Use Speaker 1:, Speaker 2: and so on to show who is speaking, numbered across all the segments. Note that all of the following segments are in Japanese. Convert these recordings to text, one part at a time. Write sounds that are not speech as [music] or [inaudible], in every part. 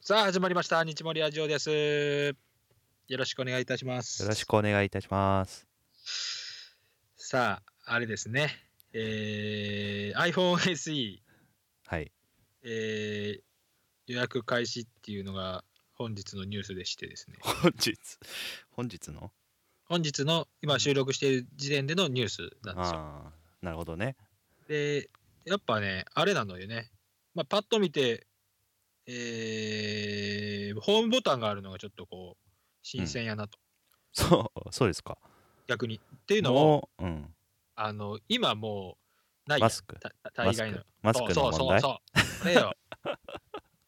Speaker 1: さあ始まりました日盛ラジオですよろしくお願いいたします
Speaker 2: よろしくお願いいたします。
Speaker 1: さああれですねえー、iPhone SE、 [laughs]
Speaker 2: はい。
Speaker 1: えー予約開始っていうのが本日のニュースでしてですね
Speaker 2: 本日、本日の
Speaker 1: 本日の今収録している時点でのニュースなんですよ
Speaker 2: ああ、なるほどね。
Speaker 1: でやっぱねあれなのよね、まあ、パッと見てえー、ホームボタンがあるのがちょっとこう新鮮やなと、
Speaker 2: そう、そうですか。
Speaker 1: 逆にっていうのを
Speaker 2: もう、うん。
Speaker 1: あの今もうないやん
Speaker 2: マスク
Speaker 1: たた
Speaker 2: マ
Speaker 1: 大
Speaker 2: ス
Speaker 1: 概の
Speaker 2: ク。マスクの問題
Speaker 1: そうそうそうそう。あれ
Speaker 2: [laughs]
Speaker 1: よ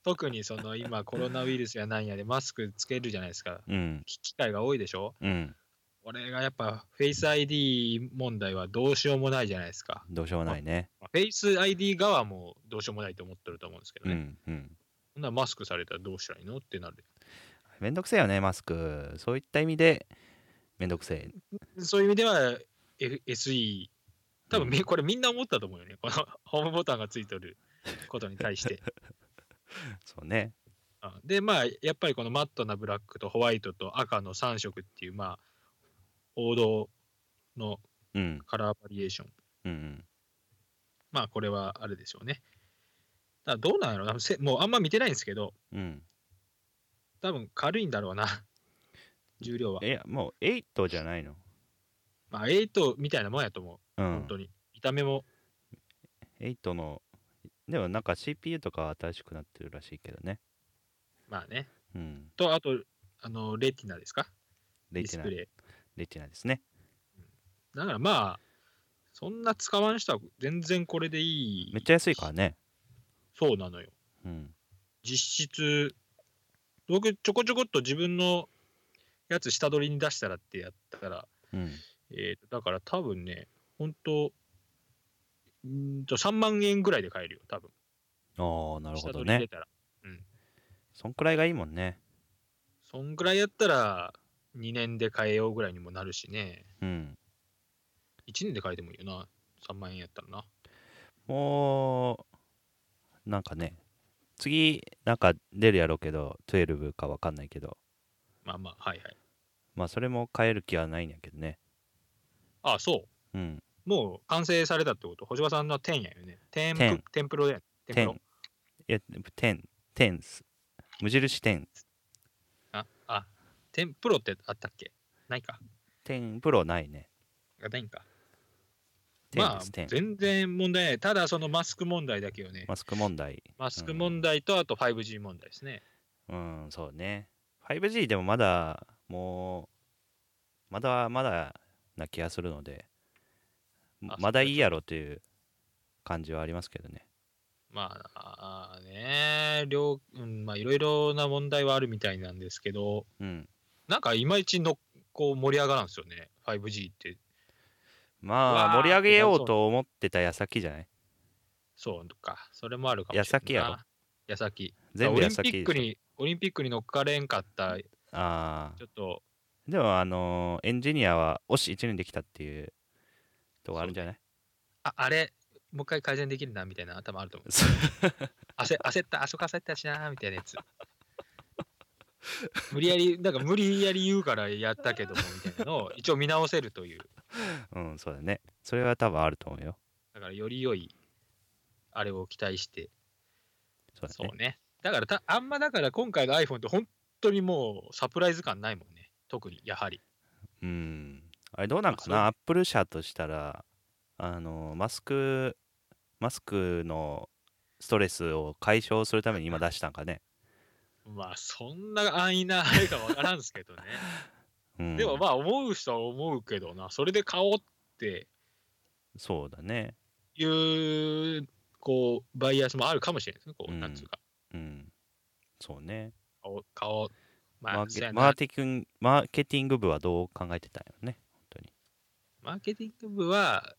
Speaker 1: 特にその今コロナウイルスやなんやでマスクつけるじゃないですか。
Speaker 2: うん、
Speaker 1: き機会が多いでしょ
Speaker 2: うん。
Speaker 1: 俺がやっぱフェイス ID 問題はどうしようもないじゃないですか。
Speaker 2: どうしようもないね。
Speaker 1: まあフェイス ID 側もどうしようもないと思ってると思うんですけど
Speaker 2: う
Speaker 1: ね。
Speaker 2: ん、うん。
Speaker 1: そんなマスクされたらどうしたらいいのってなる。
Speaker 2: めんどくせえよね、マスク。そういった意味で、めんどくせえ。
Speaker 1: そういう意味では、F、SE、多分み、
Speaker 2: う
Speaker 1: これみんな思ったと思うよね。このホームボタンがついてることに対して。
Speaker 2: そうね。
Speaker 1: あでまあやっぱりこのマットなブラックとホワイトと赤の3色っていうまあ王道の
Speaker 2: うん、
Speaker 1: カラーバリエーション
Speaker 2: うん、うん。
Speaker 1: まあこれはあれでしょうねだからどうなんやろなせもうあんま見てないんですけど
Speaker 2: うん、
Speaker 1: 多分軽いんだろうな [laughs] 重量は、
Speaker 2: いやもう8じゃないの、
Speaker 1: まあ、8みたいなもんやと思う、
Speaker 2: う
Speaker 1: 本
Speaker 2: ん、
Speaker 1: 当に見た目も
Speaker 2: 8のでもなんか CPU とかは新しくなってるらしいけどね
Speaker 1: まあね
Speaker 2: うん
Speaker 1: とあとあのレティナですかデ
Speaker 2: レ
Speaker 1: ィ
Speaker 2: テ
Speaker 1: ス
Speaker 2: ィナ
Speaker 1: プレ
Speaker 2: レティナですね
Speaker 1: イだからまあそんな使わん人は全然これでいい
Speaker 2: めっちゃ安いからね
Speaker 1: そうなのよ
Speaker 2: うん
Speaker 1: 実質僕ちょこちょこっと自分のやつ下取りに出したらってやったから、
Speaker 2: うん、
Speaker 1: えー、だから多分ね本当んーと3万円ぐらいで買えるよ多分
Speaker 2: ああなる
Speaker 1: 下
Speaker 2: ほど
Speaker 1: 取り入
Speaker 2: ね
Speaker 1: れたら
Speaker 2: そんくらいがいいもんね
Speaker 1: そんぐらいやったら2年で買えようぐらいにもなるしね
Speaker 2: うん
Speaker 1: 1年で買えてもいいよな3万円やったらな
Speaker 2: もうなんかね次なんか出るやろうけど12かわかんないけど
Speaker 1: まあまあはいはい
Speaker 2: まあそれも変える気はないんやけどね
Speaker 1: ああそ
Speaker 2: うん
Speaker 1: うもう完成されたってこと星葉さんの10やよね10
Speaker 2: 10
Speaker 1: テンプロだよね10プロ
Speaker 2: 10いや10 10す無印10
Speaker 1: ああ10プロってあったっけないか
Speaker 2: 10プロないね
Speaker 1: がないんか。
Speaker 2: 10
Speaker 1: ま
Speaker 2: です
Speaker 1: あ、
Speaker 2: 10
Speaker 1: 全然問題ない。ただ、そのマスク問題だけよね。
Speaker 2: マスク問題
Speaker 1: マスク問題と、あと 5G 問題ですね。
Speaker 2: うんそうね 5G でもまだもうまだまだな気がするので
Speaker 1: あ
Speaker 2: まだいいやろという感じはありますけどね
Speaker 1: まあ、あーね両、うん、まあ、いろいろな問題はあるみたいなんですけど、
Speaker 2: うん
Speaker 1: なんか、いまいちの、こう、盛り上がらんですよね。5G って。
Speaker 2: ま
Speaker 1: うわー
Speaker 2: あ盛り上げようと思ってた矢先じゃない
Speaker 1: そうか。それもあるかもしれないな。
Speaker 2: 矢先やろ
Speaker 1: 矢先。
Speaker 2: 全部
Speaker 1: オリ
Speaker 2: 矢
Speaker 1: ンピ
Speaker 2: 先
Speaker 1: ックに、オリンピックに乗っかれんかった、ち
Speaker 2: あ
Speaker 1: ょっと、
Speaker 2: あでもあのーエンジニアは「おし1年できた」っていうとこあるんじゃない
Speaker 1: ああれ、もう一回改善できるな、みたいな頭あると思う。
Speaker 2: そう,、
Speaker 1: [laughs] 焦焦った、あそこ焦ったしなーみたいなやつ。無理やり、なんか無理やり言うからやったけどもみたいなのを一応見直せるという、
Speaker 2: ん、そうだねそれは多分あると思うよ
Speaker 1: だからより良い、あれを期待して、
Speaker 2: そうだ
Speaker 1: そ
Speaker 2: ね
Speaker 1: うね。だからた、あんまだから今回の iPhone って本当にもうサプライズ感ないもんね、特にやはり。
Speaker 2: うんあれどうなんか
Speaker 1: あそう
Speaker 2: なアップル社としたらあのーマスクマスクのストレスを解消するために今出したんかね、
Speaker 1: まあ、そんな安易なあれかわからんすけどね。
Speaker 2: [laughs] うん、
Speaker 1: でもまあ、思う人は思うけどな、それで買おうって
Speaker 2: そうだね
Speaker 1: いう、こう、バイアスもあるかもしれないですね、こう、
Speaker 2: うん
Speaker 1: なんつうか。
Speaker 2: うんそうね
Speaker 1: 顔、顔、まあ、
Speaker 2: マ
Speaker 1: マ
Speaker 2: ー
Speaker 1: ー
Speaker 2: ケ
Speaker 1: ケ
Speaker 2: マーティキンマーケティング部はどう考えてたんやろね
Speaker 1: マーケティング部は、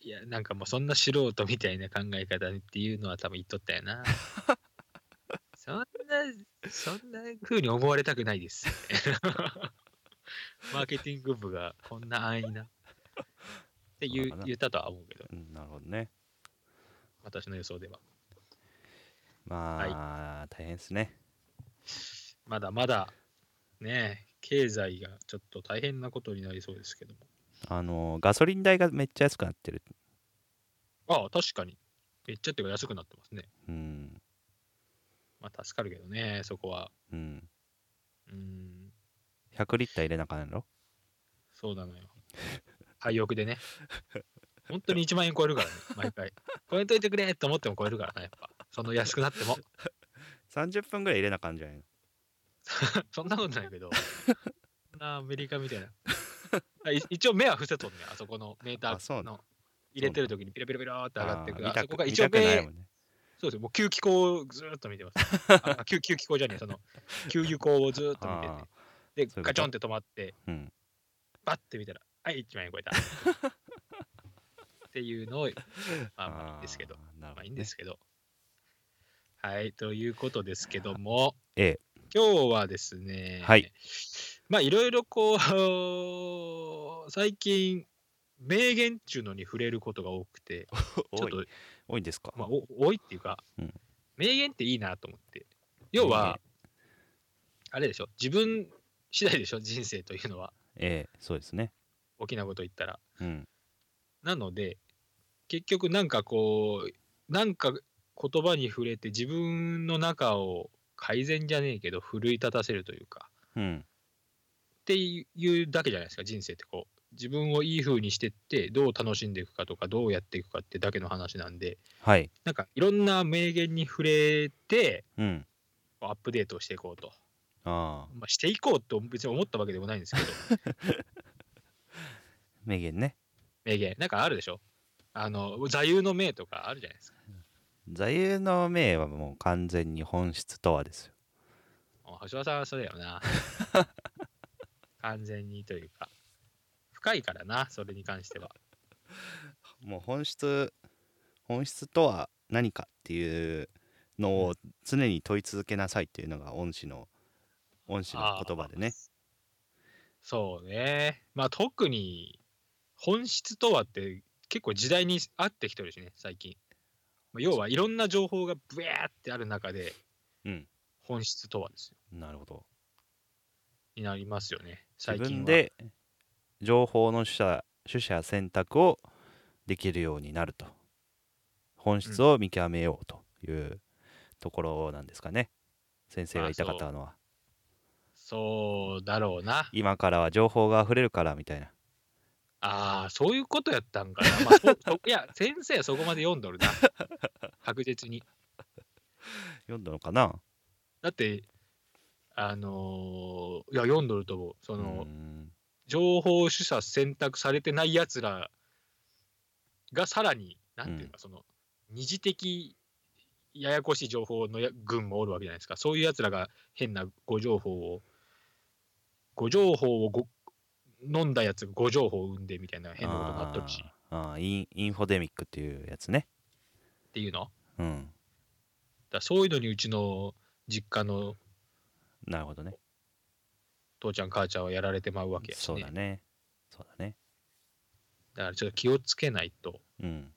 Speaker 1: いや、なんかもうそんな素人みたいな考え方っていうのは多分言っとったよ
Speaker 2: [laughs]
Speaker 1: な。そんな、そんな風に思われたくないです。 [laughs] マーケティング部がこんな安易な。って言う
Speaker 2: そうだな
Speaker 1: 言ったとは思うけど、
Speaker 2: うんなるほどね
Speaker 1: 私の予想では。
Speaker 2: まあ、大変ですね
Speaker 1: まだまだ、ねえ、経済がちょっと大変なことになりそうですけども。
Speaker 2: あのガソリン代がめっちゃ安くなってる。
Speaker 1: ああ、確かに。めっちゃっていうか安くなってますね。
Speaker 2: うん。
Speaker 1: まあ、助かるけどね、そこは。
Speaker 2: うん。
Speaker 1: うん、
Speaker 2: 100リッター入れなあかんやろ
Speaker 1: そうなのよ。廃屋でね。本当に1万円超えるからね、毎回。超えといてくれと思っても超えるからね、やっぱ。その安くなっても。 [laughs]
Speaker 2: ?30 分ぐらい入れなあかんじゃないの
Speaker 1: そんなことないけど。そんなアメリカみたいな。あい一応目は伏せとんね、あそこのメータ
Speaker 2: あそう
Speaker 1: ー
Speaker 2: な
Speaker 1: の。入れてる時にピロピロピローって上がってくる。
Speaker 2: あ
Speaker 1: あ
Speaker 2: ー見た
Speaker 1: そこが
Speaker 2: 見
Speaker 1: 一応
Speaker 2: たくない
Speaker 1: 目
Speaker 2: も、んね。
Speaker 1: そうですもう吸気口をずーっと見て
Speaker 2: [laughs]
Speaker 1: ます。あ吸吸気口じゃねえ、その、給油口をずーっと見てて
Speaker 2: あ。
Speaker 1: で、
Speaker 2: そういうこと
Speaker 1: ガチョンって止まって、
Speaker 2: ーうん。
Speaker 1: バッて見たら、はい、1万円超えた。っていうのを、まあ、まあいいんですけど
Speaker 2: あ。ー。なるほどね
Speaker 1: まあいいんですけど。はい、ということですけども、
Speaker 2: え
Speaker 1: 今日はですね、
Speaker 2: はい、
Speaker 1: まあいろいろこう、 [laughs] 最近、名言っちゅうのに触れることが多くて、ちょ
Speaker 2: 多
Speaker 1: っと
Speaker 2: い、多いんですか、
Speaker 1: まあ、お多いっていうか、
Speaker 2: うん
Speaker 1: 名言っていいなと思って。要は、あれでしょ、自分次第でしょ、人生というのは、
Speaker 2: ええそうですね。
Speaker 1: 大きなこと言ったら。
Speaker 2: うん。
Speaker 1: なので、結局なんかこう、なんか言葉に触れて自分の中を改善じゃねえけど、奮い立たせるというか、
Speaker 2: うん。
Speaker 1: っていうだけじゃないですか、人生ってこう。自分をいい風にしてって、どう楽しんでいくかとか、どうやっていくかってだけの話なんで、
Speaker 2: はい。
Speaker 1: なんかいろんな名言に触れて、
Speaker 2: うん。
Speaker 1: アップデートしていこうと。
Speaker 2: ああ、
Speaker 1: まあ、していこうと別に思ったわけでもないんですけど、
Speaker 2: 名言ね。
Speaker 1: 名言。なんかあるでしょあの、座右の銘とかあるじゃないですか。
Speaker 2: 座右の銘はもう完全に本質とはですよ。
Speaker 1: あ橋田さんはそうだよな。完全にというか。深いからな、それに関しては。
Speaker 2: もう本質、本質とは何かっていうのを常に問い続けなさいっていうのが恩師の、恩師の言葉でね。
Speaker 1: そうね。まあ特に本質とはって結構時代に合ってきてるしね、最近。まあ、要はいろんな情報がブエーってある中で、
Speaker 2: うん
Speaker 1: 本質とはですよ。
Speaker 2: なるほど。
Speaker 1: になりますよね。最
Speaker 2: 自
Speaker 1: 近は
Speaker 2: 分で情報の取捨、取捨選択をできるようになると。本質を見極めようというところなんですかね。先生が言いたかったのは。
Speaker 1: そうだろうな。
Speaker 2: 今からは情報が溢れるからみたいな。
Speaker 1: ああ、そういうことやったんかな。まあ、そそいや、先生はそこまで読んどる
Speaker 2: [laughs]
Speaker 1: な。確実に。
Speaker 2: 読んだのかな
Speaker 1: だって、あのーいや、読んどると思う。そうの、
Speaker 2: ーん
Speaker 1: 情報取捨選択されてないやつらがさらに、なんていうか、その、二次的ややこしい情報のや群もおるわけじゃないですか。そういうやつらが変な誤情報を、誤情報をご飲んだやつが誤情報を生んでみたいな変なことになっとるし。っ
Speaker 2: あーあーイン、インフォデミックっていうやつね。
Speaker 1: ていうの
Speaker 2: う
Speaker 1: だ
Speaker 2: ん。
Speaker 1: からそういうのにうちの実家の
Speaker 2: なるほどね。
Speaker 1: 父ちゃん母ちゃんはやられてまうわけやし
Speaker 2: そう
Speaker 1: ね
Speaker 2: だ
Speaker 1: だ
Speaker 2: ね。そうだね。
Speaker 1: からちょっと気をつけないとっ
Speaker 2: うん。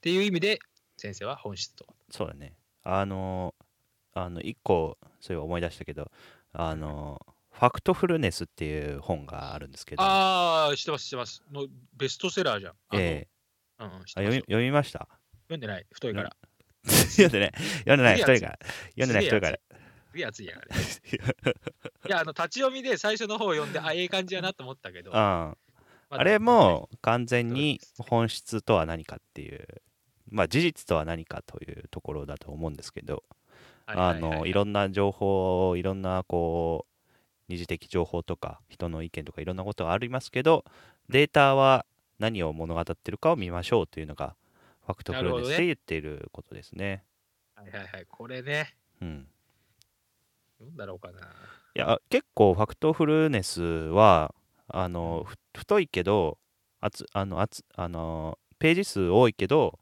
Speaker 1: ていう意味で先生は本質と
Speaker 2: そうだね。あのーあの、一個、そういえば思い出したけど、あのーファクトフルネスっていう本があるんですけど、
Speaker 1: ああ知ってます知ってますのベストセラーじゃんあの
Speaker 2: ええ
Speaker 1: うんうん知っ
Speaker 2: あ
Speaker 1: てま
Speaker 2: 読
Speaker 1: す
Speaker 2: み
Speaker 1: よ
Speaker 2: 読みました
Speaker 1: [laughs] 読んでない太いから
Speaker 2: 読んでない。読んでない。
Speaker 1: す
Speaker 2: 太
Speaker 1: げえ
Speaker 2: いから。読んでない。太いから。
Speaker 1: すげえ熱いやんあれ
Speaker 2: [laughs]
Speaker 1: いやあの立ち読みで最初の方読んであええ感じやなと思ったけど
Speaker 2: うん。
Speaker 1: まだ
Speaker 2: あれも完全に
Speaker 1: そうです
Speaker 2: 本質とは何かっていう、まあ、事実とは何かというところだと思うんですけど、
Speaker 1: はいはい
Speaker 2: あ
Speaker 1: はいはい
Speaker 2: のいろんな情報いろんなこう二次的情報とか人の意見とかいろんなことがありますけどデータは何を物語ってるかを見ましょうというのがファクトフルネスで言っていることですね。
Speaker 1: はいはいはいこれね
Speaker 2: うん、
Speaker 1: 読んだろうかない
Speaker 2: や結構ファクトフルネスはあのふ太いけどあつあのあつあのページ数多いけど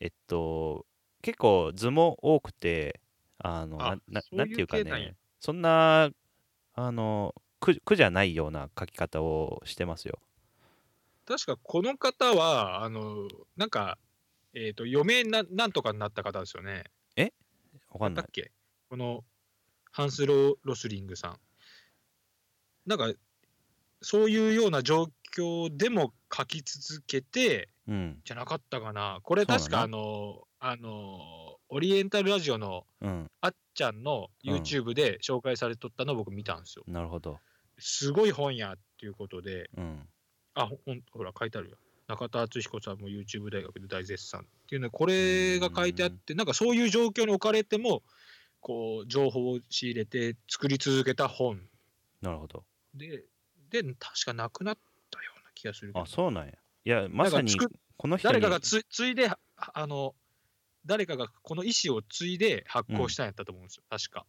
Speaker 2: えっと結構図も多くてあの
Speaker 1: あ
Speaker 2: なな
Speaker 1: そういう
Speaker 2: なんていうか
Speaker 1: 系なんや
Speaker 2: ねそんなあの苦苦じゃないような書き方をしてますよ。
Speaker 1: 確かこの方はあのなんかえっ、と余命ななんとかになった方ですよね
Speaker 2: わかん
Speaker 1: だ
Speaker 2: な
Speaker 1: っ
Speaker 2: い。
Speaker 1: けこのハンスロ・ロスリングさん。なんか、そういうような状況でも書き続けて、
Speaker 2: うん
Speaker 1: じゃなかったかな。これ
Speaker 2: そうだね
Speaker 1: 確かあの、あの、オリエンタルラジオの
Speaker 2: うん
Speaker 1: あっちゃんの YouTube で紹介されとったの僕見たんですよ。
Speaker 2: なるほど
Speaker 1: すごい本やっていうことで、
Speaker 2: うん
Speaker 1: あ、ほんほら書いてあるよ。中田敦彦さんも YouTube 大学で大絶賛っていうのはこれが書いてあってなんかそういう状況に置かれてもこう情報を仕入れて作り続けた本
Speaker 2: なるほど
Speaker 1: でで確かなくなったような気がするけど
Speaker 2: あそうなんやいやまさに
Speaker 1: なんかつく
Speaker 2: この人
Speaker 1: 誰
Speaker 2: に
Speaker 1: かがつ継いでああの誰かがこの意思を継いで発行したんやったと思うんですよ、確か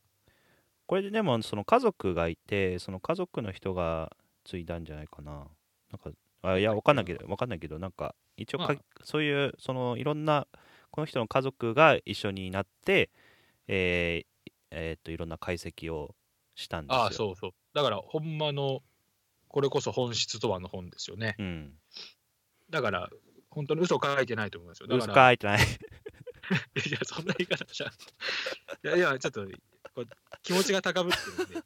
Speaker 2: これででもその家族がいてその家族の人が継いだんじゃないかななんかあいやわかんないけどわかんないけどなんか一応か、
Speaker 1: まあ
Speaker 2: そういうそのいろんなこの人の家族が一緒になってえーえーっといろんな解析をしたんですよ
Speaker 1: ああそうそうだからほんまのこれこそ本質とはの本ですよね
Speaker 2: うん
Speaker 1: だから本当に嘘を書いてないと思いますよだか
Speaker 2: 嘘
Speaker 1: ら
Speaker 2: かいってない
Speaker 1: いやそんな言い方じゃいやいやちょっとこう気持ちが高ぶってるんで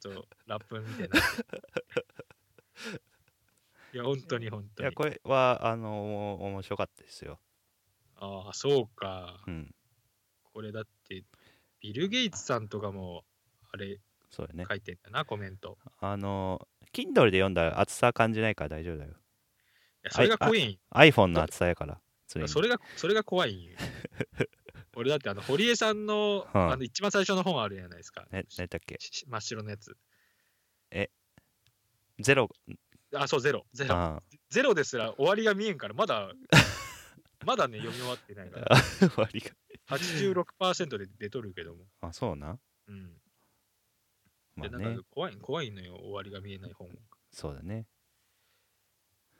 Speaker 1: ちょっとラップみたいになっていや本当に本
Speaker 2: い
Speaker 1: 当に
Speaker 2: やこれはあの面白かったですよ
Speaker 1: ああそうか
Speaker 2: うん
Speaker 1: これだってビル・ゲイツさんとかもあれ
Speaker 2: そうよね
Speaker 1: 書いてんだな、コメント。い
Speaker 2: あの Kindle で読んだら厚さは感じないから大丈夫だよ
Speaker 1: やそれが怖いんよ
Speaker 2: iPhone の厚さやからそ
Speaker 1: それが、それが怖いんよ俺だってあの、堀江さんの,、
Speaker 2: はい
Speaker 1: あの一番最初の本あるじゃないですか。
Speaker 2: ね何だっけ
Speaker 1: しし真っ白のやつ。
Speaker 2: ゼロ
Speaker 1: あ、そう、ゼロ。ゼロ。
Speaker 2: あ
Speaker 1: ゼロですら終わりが見えんから、ま
Speaker 2: [laughs]
Speaker 1: だ、まだね、読み終わってないから。
Speaker 2: あ [laughs] 割り
Speaker 1: 86%で出とるけども。
Speaker 2: があそうな
Speaker 1: うん。
Speaker 2: ま
Speaker 1: で、
Speaker 2: あ
Speaker 1: なん
Speaker 2: ね
Speaker 1: か怖い、怖いのよ、終わりが見えない本。
Speaker 2: そうだね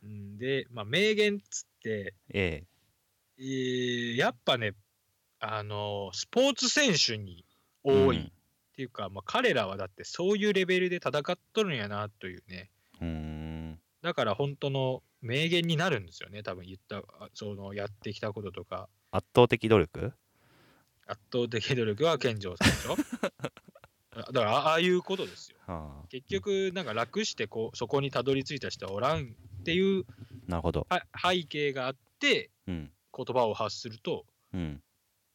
Speaker 1: うん、で、まあ、名言っつって、
Speaker 2: え
Speaker 1: えーやっぱね、あのスポーツ選手に
Speaker 2: え
Speaker 1: 多いっていうか、まあ、彼らはだってそういうレベルで戦っとるんやなというね、
Speaker 2: うんうーん
Speaker 1: だから本当の名言になるんですよね、多分言った、あそのやってきたこととか、
Speaker 2: 圧倒的努力
Speaker 1: 圧倒的努力は健丈さんでしょ。
Speaker 2: [laughs]
Speaker 1: あだからあああいうことですよ。
Speaker 2: はあ
Speaker 1: 結局、なんか楽してこうそこにたどり着いた人はおらんっていう
Speaker 2: なるほど
Speaker 1: は背景があって、
Speaker 2: うん
Speaker 1: 言葉を発すると
Speaker 2: うん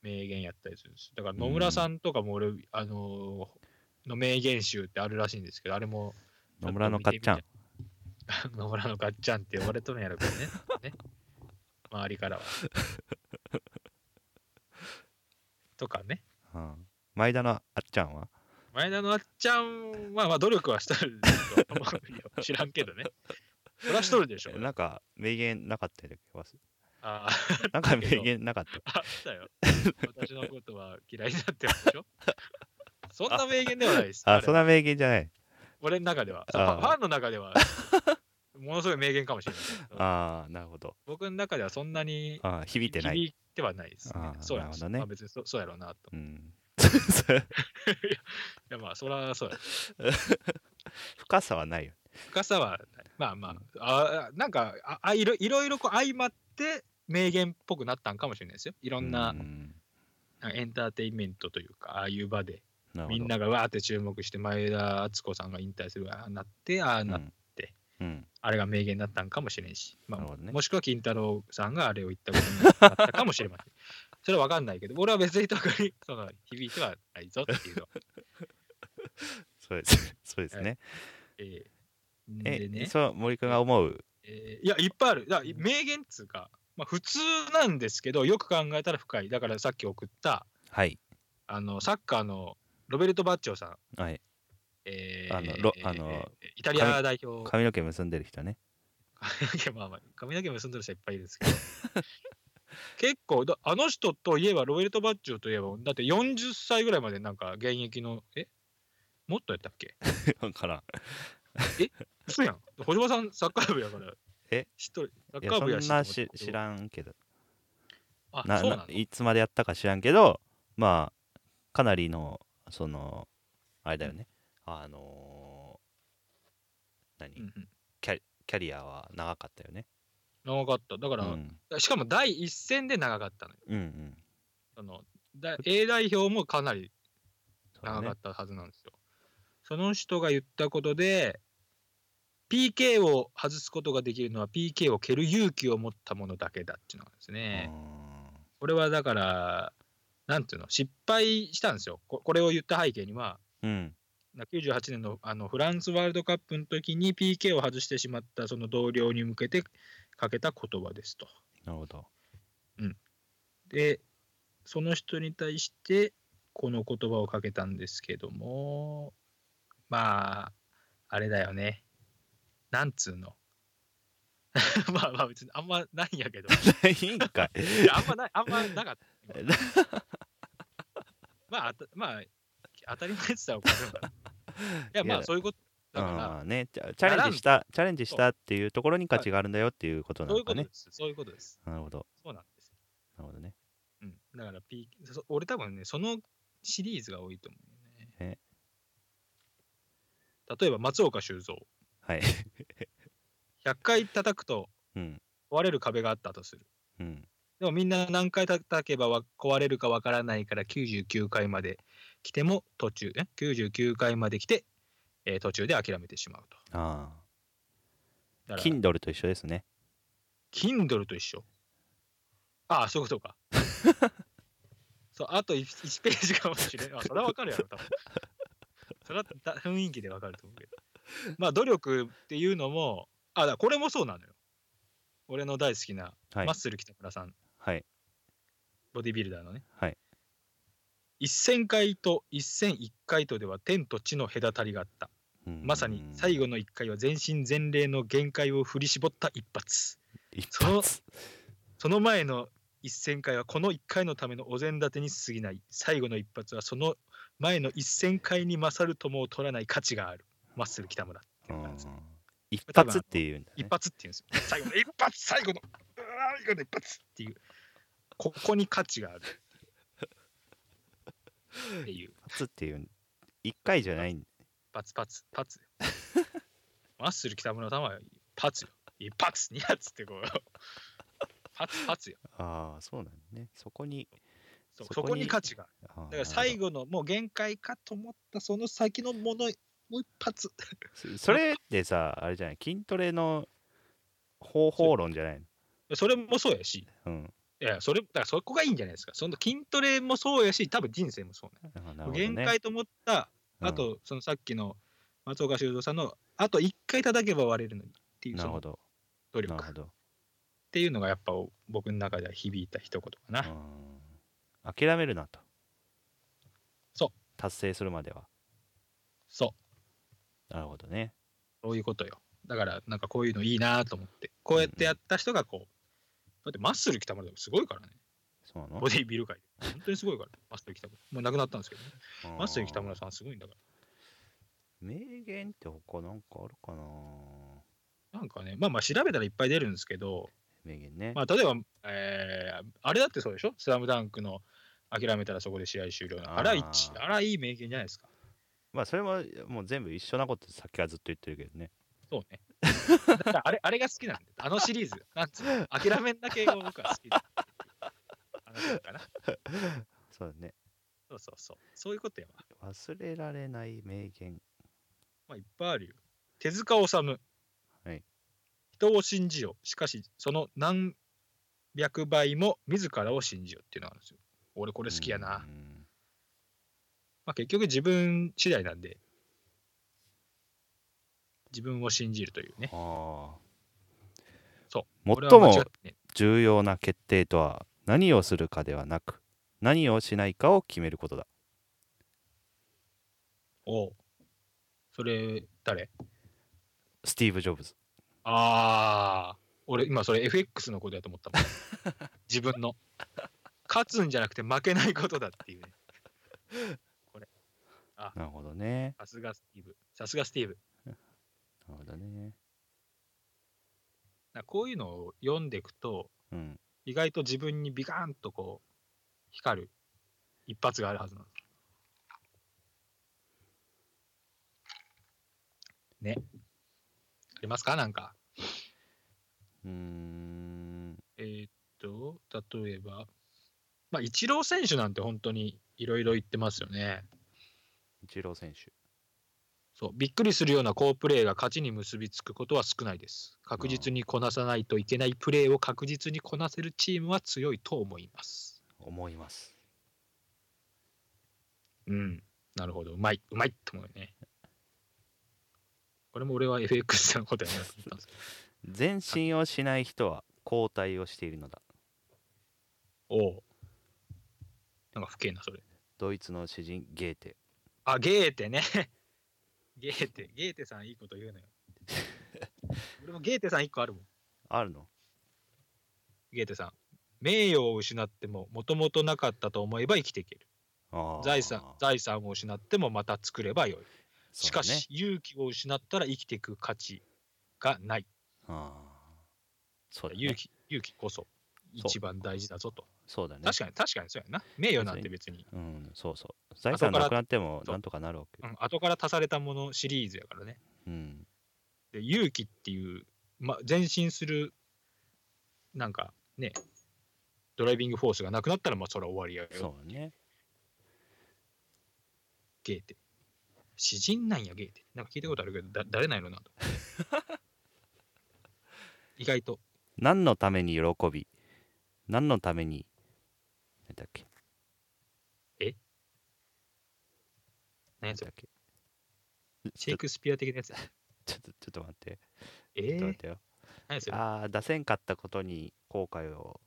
Speaker 1: 名言やったりするんですだから野村さんとかも俺、あのーの名言集ってあるらしいんですけどあれも
Speaker 2: 野村のかっちゃん
Speaker 1: ちょっと見てみたい [laughs] 野村のかっちゃんって呼ばれとるんやろうけど
Speaker 2: [laughs]
Speaker 1: ねね周りからはとかね
Speaker 2: はあ前田のあっちゃんは
Speaker 1: 前田のあっちゃんはまあ努力はしとる [laughs] と思うよ知らんけどねそれはしとるでしょう
Speaker 2: なんか名言なかったよね
Speaker 1: [laughs] ああ
Speaker 2: なんか名言なかった
Speaker 1: あったよ私のことは嫌いになってるでしょそんな名言ではないです
Speaker 2: あ
Speaker 1: れは
Speaker 2: そんな名言じゃない
Speaker 1: 俺の中では、そうフ
Speaker 2: あー
Speaker 1: ァファンの中では、ものすごい名言かもしれない。
Speaker 2: ああなるほど
Speaker 1: 僕の中ではそんなに
Speaker 2: ああ響いてない
Speaker 1: 響いてはないです、ね
Speaker 2: あ。ー
Speaker 1: そうや
Speaker 2: なるほどね
Speaker 1: まあ別にそそうやろうなと。
Speaker 2: うん
Speaker 1: いやまあ、そらそうや。
Speaker 2: [laughs] 深さはないよ
Speaker 1: 深さはない、まあまあ、あーなんかああいろ、いろいろこう相まって、名言っぽくなったんかもしれないですよ。いろんな
Speaker 2: うん
Speaker 1: なんかエンターテインメントというか、ああいう場で、
Speaker 2: なるほ
Speaker 1: み
Speaker 2: ど
Speaker 1: んながわーって注目して、前田敦子さんが引退するわーなって、ああなっ
Speaker 2: ってうん
Speaker 1: あれが名言だったんかもしれんし、ま
Speaker 2: なるほ
Speaker 1: あ
Speaker 2: どね
Speaker 1: もしくは金太郎さんがあれを言ったことになったかもしれません。 [laughs] それは分かんないけど、俺は別に特にその響いてはないぞっていうの。
Speaker 2: そうです [laughs] そうですね
Speaker 1: えー、
Speaker 2: [laughs] え
Speaker 1: でね、
Speaker 2: そう森君が思う
Speaker 1: えーいや、いっぱいある。だから名言っつうか、まあ、普通なんですけど、よく考えたら深い。だからさっき送った、
Speaker 2: はい
Speaker 1: あのサッカーのロベルト・バッチョさん。
Speaker 2: はい
Speaker 1: え
Speaker 2: あのロあの
Speaker 1: イタリア代表
Speaker 2: 髪の毛結んでる人ね
Speaker 1: 髪の毛 [laughs] まあまあ髪の毛結んでる人はいっぱいいるんですけど [laughs] 結構だあの人といえばロベルト・バッジョといえばだって40歳ぐらいまでなんか現役のえもっとやったっけ
Speaker 2: 分からん
Speaker 1: そうやん小島さんサッカー部やから
Speaker 2: え
Speaker 1: 知っとるサ
Speaker 2: い
Speaker 1: ッ
Speaker 2: や
Speaker 1: カー
Speaker 2: そ
Speaker 1: 部や
Speaker 2: んなし
Speaker 1: と思って
Speaker 2: 知らんけど
Speaker 1: あ
Speaker 2: な
Speaker 1: そうな
Speaker 2: な
Speaker 1: の
Speaker 2: いつまでやったか知らんけどまあかなりのそのあれだよねあのー何、
Speaker 1: うんうん
Speaker 2: キャリアは長かったよね
Speaker 1: 長かっただか
Speaker 2: う
Speaker 1: ら、
Speaker 2: ん
Speaker 1: しかも第一線で長かったのよ
Speaker 2: うんうん
Speaker 1: そのだ A 代表もかなり
Speaker 2: そう
Speaker 1: 長
Speaker 2: ね
Speaker 1: かったはずなんですよ。その人が言ったことで、PK を外すことができるのは PK を蹴る勇気を持ったものだけだっていうのがですね。これはだから、なんていうの、失敗したんですよ。ここれを言った背景には、
Speaker 2: うんうん
Speaker 1: な98年のあのフランスワールドカップの時に PK を外してしまったその同僚に向けてかけた言葉ですと。
Speaker 2: なる
Speaker 1: [laughs]
Speaker 2: ほど
Speaker 1: で、その人に対して、この言葉をかけたんですけども、まあ、あれだよね。なんつうの。 [laughs] まあまあ、別にあんまないんやけど。
Speaker 2: いいんかい
Speaker 1: いやあんまない、あんまなかった。今まあ、あたまあ、当たり前って言ったら怒られるから。いや、ま
Speaker 2: いや
Speaker 1: あ、そういうことだ
Speaker 2: あ
Speaker 1: か
Speaker 2: あね、チャチャレンジしたチャレンジしたっていうところに価値があるんだよっていうこと
Speaker 1: ら、
Speaker 2: な
Speaker 1: そうい
Speaker 2: の
Speaker 1: うこ
Speaker 2: か
Speaker 1: とで
Speaker 2: ね。
Speaker 1: す。そういうことです。
Speaker 2: なるほど、
Speaker 1: そうなんです。
Speaker 2: なるほどね。
Speaker 1: うん。だから、P、そ俺多分ね、そのシリーズが多いと思うよね。例えば、松岡修造。 [laughs]
Speaker 2: はい。
Speaker 1: 100回叩くと
Speaker 2: うん、
Speaker 1: 壊れる壁があったとする。
Speaker 2: うん、
Speaker 1: でもみんな何回叩けばわ壊れるかわからないから99回まで来ても途中、え99回まで来て、えー途中で諦めてしまうと。
Speaker 2: ああ、
Speaker 1: だから、
Speaker 2: Kindle と一緒ですね。
Speaker 1: Kindle と一緒。ああ、そういうこと
Speaker 2: [laughs]
Speaker 1: か。そう、あと 1, ページかもしれない。あそれはわかるやろ、多分。それはだ雰囲気でわかると思うけど。まあ、努力っていうのも、あ、だからこれもそうなのよ。俺の大好きな、
Speaker 2: はい
Speaker 1: マッスル北村さん
Speaker 2: はい、
Speaker 1: ボディビルダーのね。
Speaker 2: はい
Speaker 1: 1000回と1001回とでは天と地の隔たりがあった。まさに最
Speaker 2: 後
Speaker 1: 後の1回は全身全霊の限界を振り絞った一発。
Speaker 2: 一
Speaker 1: その
Speaker 2: 発
Speaker 1: その前の1000回はこの1回のためのお膳立てに過ぎない。最後の一発はその前の1000回に勝るとも取らない価値がある。マッスル北村っていうのがあるんですよ
Speaker 2: うん一発っていうんだ、ね。
Speaker 1: 一発っていうんですよ。最後の一発、最後の、うわー最後の一発っていう。ここに価値がある。っていう。
Speaker 2: 一発っていうん。一回じゃないん
Speaker 1: パツパツパツマッスル北村さんはパツよ一発二発ってこうパツパツよ
Speaker 2: ああ、そうなんだね。そこに。
Speaker 1: そう
Speaker 2: そ
Speaker 1: そ
Speaker 2: こ
Speaker 1: こ
Speaker 2: に
Speaker 1: に価値がある
Speaker 2: ああ
Speaker 1: だから最後のもう限界かと思ったその先のものもう一発
Speaker 2: そそれってさ、あれじゃない、筋トレの方法論じゃないの。
Speaker 1: [laughs] それもそうやし
Speaker 2: うん。
Speaker 1: いやそれだからそこがいいんじゃないですかその筋トレもそうやし多分人生もそうね
Speaker 2: ああなるほどね、
Speaker 1: 限界と思った
Speaker 2: うん
Speaker 1: あ、とそのさっきの松岡修造さんのあと一回叩けば割れるのにっていう
Speaker 2: な
Speaker 1: そ
Speaker 2: るほ
Speaker 1: の
Speaker 2: ど。
Speaker 1: 努
Speaker 2: なる
Speaker 1: 力
Speaker 2: ほ
Speaker 1: っ
Speaker 2: ど。
Speaker 1: ていうのがやっぱ僕の中では響いた一言かな、
Speaker 2: うん諦めるなと
Speaker 1: そう
Speaker 2: 達成するまでは
Speaker 1: そう
Speaker 2: なるほどね
Speaker 1: そういうことよ。だから、なんかこういうのいいなと思って。こうやってやった人がこう、だってマッスル北村とかすごいからね。
Speaker 2: そうなの
Speaker 1: ボディビル界で。本当にすごいから、マッスル北村。もう亡くなったんですけどね。
Speaker 2: うん
Speaker 1: マッスル北村さんすごいんだか
Speaker 2: 名言って他なんかあるかな
Speaker 1: ら。なんかね、まあまあ調べたらいっぱい出るんですけど、
Speaker 2: 名言ね、
Speaker 1: まあ例えば、えーあれだってそうでしょスラムダンクの諦めたらそこで試合終了の。あら、
Speaker 2: あー
Speaker 1: 一、あら、いい名言じゃないですか。
Speaker 2: まあそれももう全部一緒なことさっきからずっと言ってるけどね
Speaker 1: そうね。だからあれ、あれが好きなんで、あのシリー
Speaker 2: [laughs]
Speaker 1: ズ。なんつうの諦めんだけが僕は好きだ。あのかな。
Speaker 2: そうだね
Speaker 1: そうそうそう。そういうことやわ。
Speaker 2: 忘れられない名言
Speaker 1: まあ、いっぱいあるよ。手塚治虫。
Speaker 2: はい
Speaker 1: 人を信じよ。しかし、その何百倍も自らを信じよっていうのがあるんですよ。俺これ好きやな。
Speaker 2: うん
Speaker 1: まあ、結局自分次第なんで、自分を信じるというね。
Speaker 2: ああ
Speaker 1: そう
Speaker 2: 最
Speaker 1: これは間違
Speaker 2: も
Speaker 1: ってね
Speaker 2: 重要な決定とは何をするかではなく何をしないかを決めることだ
Speaker 1: おうそれ、誰
Speaker 2: スティーブ・ジョブズ
Speaker 1: ああ、俺今それ FX のことやと思ったもん。
Speaker 2: [laughs]
Speaker 1: 自分の。勝つんじゃなくて負けないことだっていうね。
Speaker 2: なるほどね
Speaker 1: さすがスティーブ。さすがスティーブ。
Speaker 2: なるほどね
Speaker 1: なんかこういうのを読んでいくと、
Speaker 2: うん
Speaker 1: 意外と自分にビカーンとこう、光る一発があるはずなんです。ね。ありますかなんか。
Speaker 2: うーん
Speaker 1: えーっと、例えば、まあ、イチロー選手なんて本当にいろいろ言ってますよね。
Speaker 2: チロー選手。
Speaker 1: そうびっくりするような好プレーが勝ちに結びつくことは少ないです。確実にこなさないといけないプレーを確実にこなせるチームは強いと思います。
Speaker 2: 思います。
Speaker 1: うん、なるほど、うまい、うまいって思うよね。これも俺は FX のことやなと思ったん
Speaker 2: [laughs]
Speaker 1: ですけど。
Speaker 2: 前進をしない人は交代をしているのだ。
Speaker 1: おおう。なんか不敬な、それ。
Speaker 2: ドイツの詩人ゲーテ。
Speaker 1: あ、ゲーテね。 [laughs] ゲーテ、ゲーテさんいいこと言
Speaker 2: [laughs]
Speaker 1: うのよ。俺もゲーテさん一個あるもん。
Speaker 2: あるの
Speaker 1: ゲーテさん。名誉を失っても、もともとなかったと思えば生きていける。
Speaker 2: あー
Speaker 1: 財産、財産を失ってもまた作ればよい。
Speaker 2: そうね
Speaker 1: しかし、勇気を失ったら生きていく価値がない。
Speaker 2: あーそうだね
Speaker 1: 勇気、勇気こそ一番大事だぞと。
Speaker 2: そうだね
Speaker 1: 確かに、確かにそうやな。名誉なんて別に、
Speaker 2: うんそうそう財産なくなってもなんとかなるわけ
Speaker 1: うん、後から足されたものシリーズやからね。
Speaker 2: うん
Speaker 1: で勇気っていう、ま、前進するなんかねドライビングフォースがなくなったらまあそれは終わりやよ
Speaker 2: そうだね
Speaker 1: ゲーテ詩人なんやゲーテなんか聞いたことあるけどだ誰なんやろな
Speaker 2: [laughs]
Speaker 1: と意外と
Speaker 2: 何のために喜び何のために何だっけ
Speaker 1: 何や
Speaker 2: 何
Speaker 1: つ
Speaker 2: だ
Speaker 1: や
Speaker 2: っけ
Speaker 1: シェイクスピア的なやつや
Speaker 2: ちょっとちょっと待って
Speaker 1: え
Speaker 2: ちょっと
Speaker 1: ー
Speaker 2: 待っ、てよ、
Speaker 1: 何やつや
Speaker 2: ああ出せんかったことに後悔を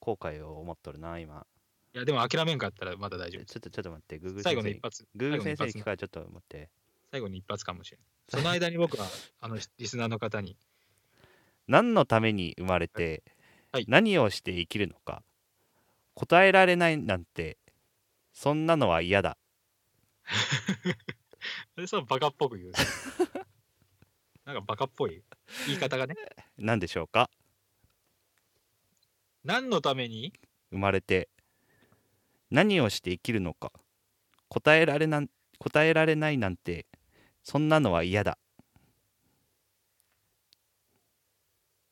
Speaker 2: 後悔を思っとるな今
Speaker 1: いやでも諦めんかったらまだ大
Speaker 2: ち
Speaker 1: 丈
Speaker 2: ょ
Speaker 1: 夫
Speaker 2: っとちょっと待ってグーグー
Speaker 1: 最後
Speaker 2: 先
Speaker 1: の
Speaker 2: 生
Speaker 1: 一
Speaker 2: に
Speaker 1: 発
Speaker 2: グーグ
Speaker 1: 最
Speaker 2: ル
Speaker 1: 後の
Speaker 2: 先
Speaker 1: 一
Speaker 2: 生に
Speaker 1: 発
Speaker 2: 聞かれちょっと待って
Speaker 1: 最後に一発かも
Speaker 2: [laughs]
Speaker 1: しれんその間に僕はあのリスナーの方に
Speaker 2: 何のために生まれて、
Speaker 1: はい
Speaker 2: 何をして生きるのか答えられないなんてそんなのは嫌だ
Speaker 1: それさバカっぽく言う [laughs] なんかバカっぽい言い方がね
Speaker 2: 何でしょうか
Speaker 1: 何のために
Speaker 2: 生まれて何をして生きるのか答えられなん答えられないなんてそんなのは嫌だ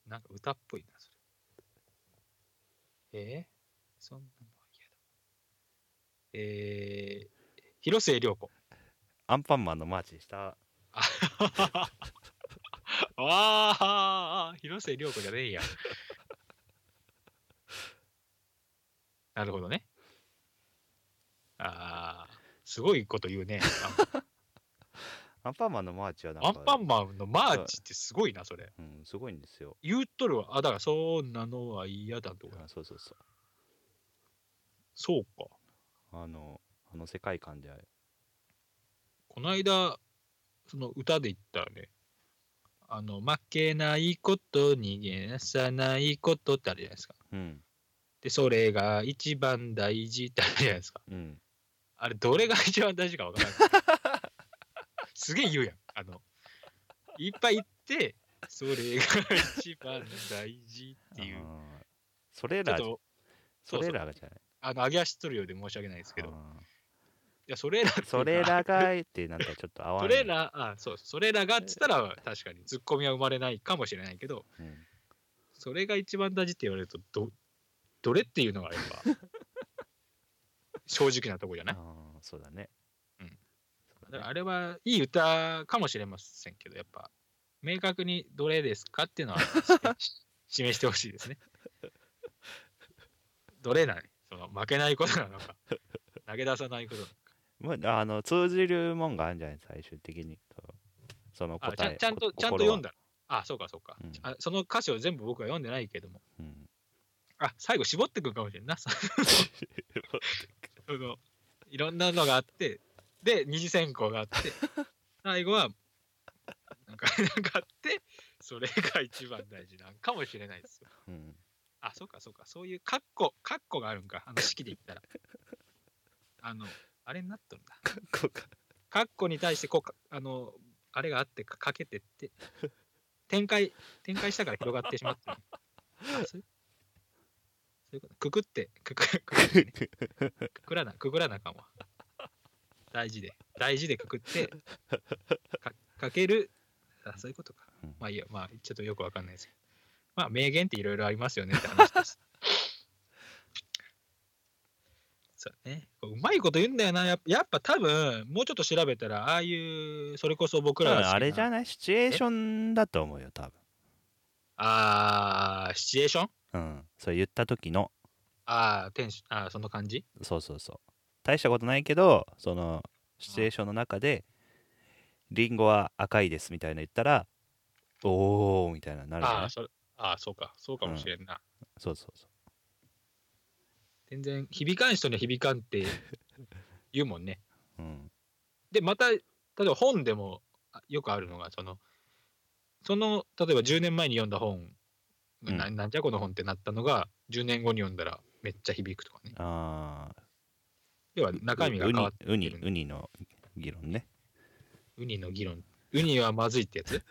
Speaker 1: なんか歌っぽいな、それ。えー、そんなのは嫌だ。えー、広末涼子。
Speaker 2: アンパンマンのマーチでした
Speaker 1: ああ、広末涼子じゃねえや。 [laughs] なるほどね。ああ、すごいこと言うね。
Speaker 2: アンパンマンのマーチはなんか
Speaker 1: アンパンマンのマーチってすごいな、それ。
Speaker 2: うん、すごいんですよ
Speaker 1: 言うとるわ。あ、だから、そんなのは嫌だとか。
Speaker 2: あそうそうそう
Speaker 1: そうか。
Speaker 2: あのあの世界観で
Speaker 1: この間その歌で言ったらねあの負けないこと逃げ出さないことってあるじゃないですか
Speaker 2: うん
Speaker 1: でそれが一番大事ってあるじゃないですか
Speaker 2: うん
Speaker 1: あれどれが一番大事かわから
Speaker 2: [laughs]
Speaker 1: ないすげえ言うやんあのいっぱい言ってそれが一番大事っていう
Speaker 2: あーそれ
Speaker 1: ちょっ
Speaker 2: ら
Speaker 1: と
Speaker 2: それらがじゃない
Speaker 1: あの上げ足取るようで申し訳ないですけどい
Speaker 2: あー
Speaker 1: やそれらっていうか
Speaker 2: それらがいってなんかちょっと合わ
Speaker 1: そ
Speaker 2: ない。
Speaker 1: れらあそうそれらがっつったら確かにツッコミは生まれないかもしれないけど
Speaker 2: うん
Speaker 1: それが一番大事って言われるとどどれっていうのがやっぱ正直なとこじゃな
Speaker 2: あ
Speaker 1: い
Speaker 2: あ、そうだね。
Speaker 1: うん
Speaker 2: そ
Speaker 1: だか
Speaker 2: うだね
Speaker 1: らあれはいい歌かもしれませんけどやっぱ明確にどれですかっていうのはし示してほしいですねどれなのその負けないことなのか投げ出さないことなのか
Speaker 2: まあ、あの通じるもんがあるんじゃない最終的に。そうその
Speaker 1: あ
Speaker 2: 答
Speaker 1: ちゃ
Speaker 2: え
Speaker 1: んちゃんと
Speaker 2: こ
Speaker 1: ちゃんと
Speaker 2: 心は
Speaker 1: 読んだあそうかそうか、
Speaker 2: うん
Speaker 1: あその歌詞を全部僕は読んでないけども
Speaker 2: うん
Speaker 1: あ最後絞ってくるかもしれんなそのいろんなのがあってで二次選考があって最後はなんか [laughs] なんかあってそれが一番大事なんかもしれないですよ
Speaker 2: うん
Speaker 1: あそうかそうかそういうカッコカッコがあるんかあの式で言ったらあのあれになっとるんだ
Speaker 2: ここ
Speaker 1: カッコに対してこうかあのあれがあってかかけてって展開展開したから広がってしまったのあそういうそういうことくくってくくくくってねくくらなくくらなあかんわ大事で大事でくくってかかけるあそういうことか
Speaker 2: うん
Speaker 1: まあいいやまあちょっとよくわかんないですけどまあ名言っていろいろありますよねって話ですそうねこうまいこと言うんだよな。やっぱやっぱ多分、もうちょっと調べたら、ああいう、それこそ僕
Speaker 2: 多
Speaker 1: らが
Speaker 2: 分
Speaker 1: 好きな
Speaker 2: あれじゃないシチュエーションだと思うよ多分
Speaker 1: あーシチュエーション
Speaker 2: うんそう言った時の
Speaker 1: ああ、テンション、ああ、その感じ
Speaker 2: そうそうそう大したことないけどそのシチュエーションの中で「リンゴは赤いです」みたいな言ったら「おー」みたいなのになるじ
Speaker 1: あ
Speaker 2: ゃな
Speaker 1: あ
Speaker 2: い
Speaker 1: それああ、そうか、そうかもしれんな。
Speaker 2: そうそうそう
Speaker 1: 全然、響かん人には響かんっ
Speaker 2: [laughs]
Speaker 1: て言うもんね。
Speaker 2: うん
Speaker 1: で、また、例えば本でもあよくあるのが、その、その、例えば10年前に読んだ本、
Speaker 2: うん
Speaker 1: ななんじゃこの本ってなったのが、10年後に読んだらめっちゃ響くとかね。
Speaker 2: ああ
Speaker 1: 要は中身が変わって
Speaker 2: ウニ
Speaker 1: る
Speaker 2: ウニウニの議論ね
Speaker 1: ウニの議論。ウニはまずいってやつ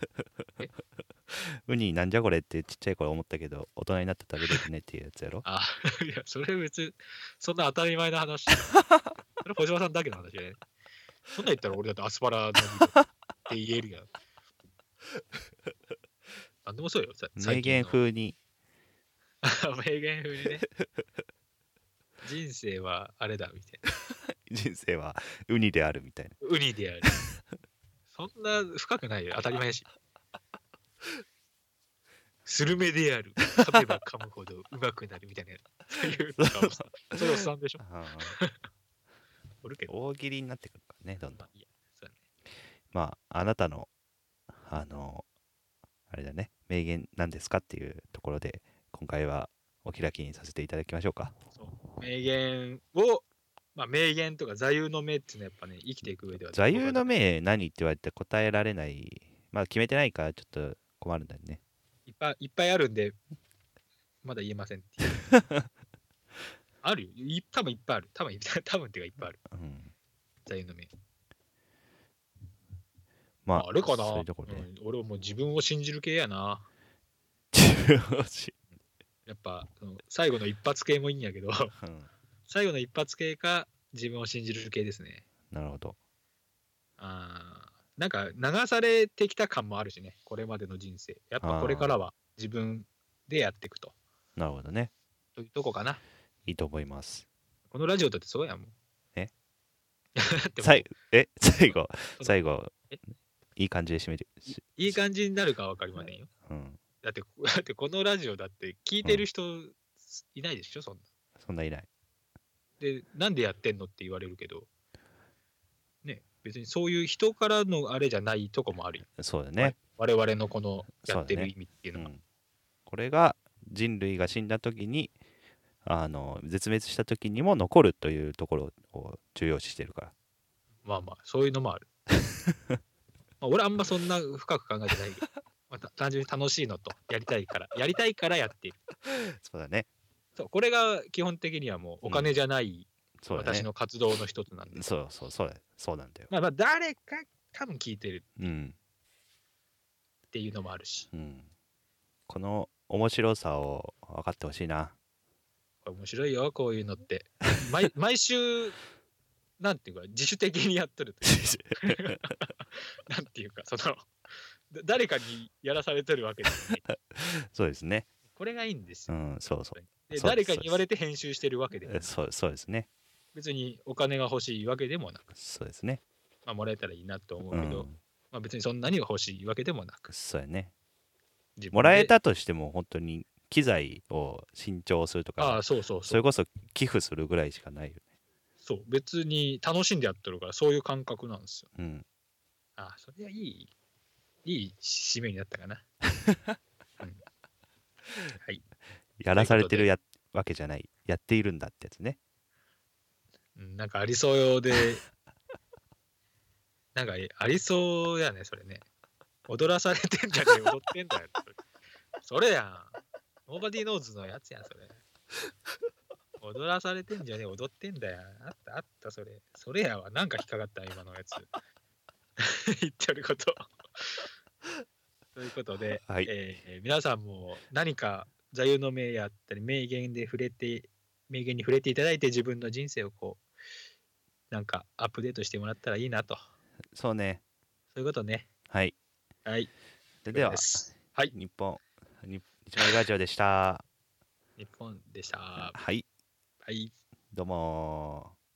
Speaker 2: ウニなんじゃこれってちっちゃい頃思ったけど大人になって食べれるねっていうやつや
Speaker 1: [laughs]
Speaker 2: ろ
Speaker 1: ああ、いや、それ別に、そんな当たり前な
Speaker 2: [laughs]
Speaker 1: 話。それ小島さんだけの話で、ね。そんなん言ったら俺だってアスパラの議論って言え
Speaker 2: [laughs]
Speaker 1: るやん。なんでもそうよ。さ
Speaker 2: 名言。風に
Speaker 1: 最近の [laughs] 名言風にね。人生はあれだ、みたいな。
Speaker 2: 人生はウニであるみたいな
Speaker 1: ウニである。そんな深くないよ。当たり前やし。スルメである。噛めば噛むほどうまくなるみたいな。そういうなんかおっさ
Speaker 2: [laughs]
Speaker 1: ん、それおっさんでしょ
Speaker 2: あ
Speaker 1: おるけ [laughs]
Speaker 2: ー
Speaker 1: ど。
Speaker 2: 大喜利になってくるからねどんどん
Speaker 1: まあいいやそうだね
Speaker 2: まああなたのあのあれだね名言なんですかっていうところで今回はお開きにさせていただきましょうか
Speaker 1: そう名言を、まあ、名言とか座右の銘っていうのはやっぱね、生きていく上では。
Speaker 2: 座右の銘何って言われて答えられないまあ決めてないからちょっと困るんだよね
Speaker 1: いっぱいいっぱいあるんで、まだ言えませんっていう。
Speaker 2: [laughs]
Speaker 1: あるよ。い多分いっぱいある。多分いっ [laughs] ぱい多分っていうかいっぱいある。
Speaker 2: うん
Speaker 1: 座右の銘。
Speaker 2: ま
Speaker 1: あ
Speaker 2: あ
Speaker 1: るかな
Speaker 2: そういうところで、
Speaker 1: うん俺はもう自分を信じる系やな。やっぱその最後の一発系もいいんやけど、 [laughs]
Speaker 2: うん
Speaker 1: 最後の一発系か自分を信じる系ですね。
Speaker 2: なるほど
Speaker 1: あーなんか流されてきた感もあるしね、これまでの人生。やっぱこれからは自分でやっていくと。
Speaker 2: なるほどね
Speaker 1: というとこかな。
Speaker 2: いいと思います
Speaker 1: このラジオだってそうやもん。 [laughs]
Speaker 2: え
Speaker 1: だっても
Speaker 2: さいえ [laughs] 最後
Speaker 1: う
Speaker 2: 最後
Speaker 1: え
Speaker 2: いい感じで締めてし
Speaker 1: ういい感じになるかは分かりませんよ。
Speaker 2: うん
Speaker 1: だって、だってこのラジオだって聞いてる人いないでしょ、そんな。
Speaker 2: そんないない
Speaker 1: で、なんでやってんのって言われるけど、ね、別にそういう人からのあれじゃないとこもあるよ。
Speaker 2: そうだね
Speaker 1: 我々のこのやって
Speaker 2: そうだ
Speaker 1: る
Speaker 2: ね
Speaker 1: 意味っていう
Speaker 2: う
Speaker 1: のは。
Speaker 2: ん、これが人類が死んだ時にあの絶滅した時にも残るというところを重要視してるから
Speaker 1: まあまあ、そういうのも
Speaker 2: [laughs]
Speaker 1: ある。まあ俺あんまそんな深く考えてないけど、まあた単純に楽しいのと、やりたいから、やりたいからやっている。
Speaker 2: そうだね
Speaker 1: そうこれが基本的にはもうお金じゃない
Speaker 2: そうだね
Speaker 1: 私の活動の一つなんで、
Speaker 2: そうそうそうだそうなんだよ
Speaker 1: まあまあ誰か多分聞いてる
Speaker 2: うん、
Speaker 1: っていうのもあるし、
Speaker 2: うん、この面白さを分かってほしいな [laughs]
Speaker 1: これ面白いよ、こういうのって。毎毎週、なんていうか、自主的にやってるというか、なんていうか、その、だ誰かにやらされてるわけですね。
Speaker 2: そうですね
Speaker 1: これがいいんです
Speaker 2: う
Speaker 1: よ。
Speaker 2: んそうそ
Speaker 1: で
Speaker 2: そうで
Speaker 1: 誰
Speaker 2: す
Speaker 1: かに言われて編集してるわけでもな
Speaker 2: う
Speaker 1: い
Speaker 2: そうそうですね
Speaker 1: 別にお金が欲しいわけでもなく、
Speaker 2: そうですね
Speaker 1: まあ、もらえたらいいなと思
Speaker 2: う
Speaker 1: うけど、
Speaker 2: ん
Speaker 1: まあ、別にそんなに欲しいわけでもなく
Speaker 2: そうやね
Speaker 1: 自分で
Speaker 2: もらえたとしても本当に機材を新調すると
Speaker 1: あ
Speaker 2: か
Speaker 1: あそうそう
Speaker 2: そ
Speaker 1: そう
Speaker 2: れこそ寄付するぐらいしかないよね
Speaker 1: そう別に楽しんでやってるからそういう感覚なんですよ
Speaker 2: うん
Speaker 1: ああそれはいいいい締めになったかな、うんはい、
Speaker 2: やらされてるやわけじゃないやっているんだってやつね
Speaker 1: うん、なんかありそうでなんかありそうやねそれね踊らされてんじゃねえ踊ってんだよそれそれやんノーバディーノーズのやつやんそれ踊らされてんじゃねえ踊ってんだよあったあったそれそれやわなんか引っかかった今のやつ [laughs] 言ってることということで、
Speaker 2: はい
Speaker 1: えー皆さんも何か座右の銘やったり名言で触れて名言に触れていただいて自分の人生をこうなんかアップデートしてもらったらいいなと
Speaker 2: そうね
Speaker 1: そういうことね
Speaker 2: はい
Speaker 1: はい
Speaker 2: ででは
Speaker 1: すはい
Speaker 2: 日本に一枚ラジオでした
Speaker 1: 日本でしたは
Speaker 2: はい
Speaker 1: い
Speaker 2: どうもー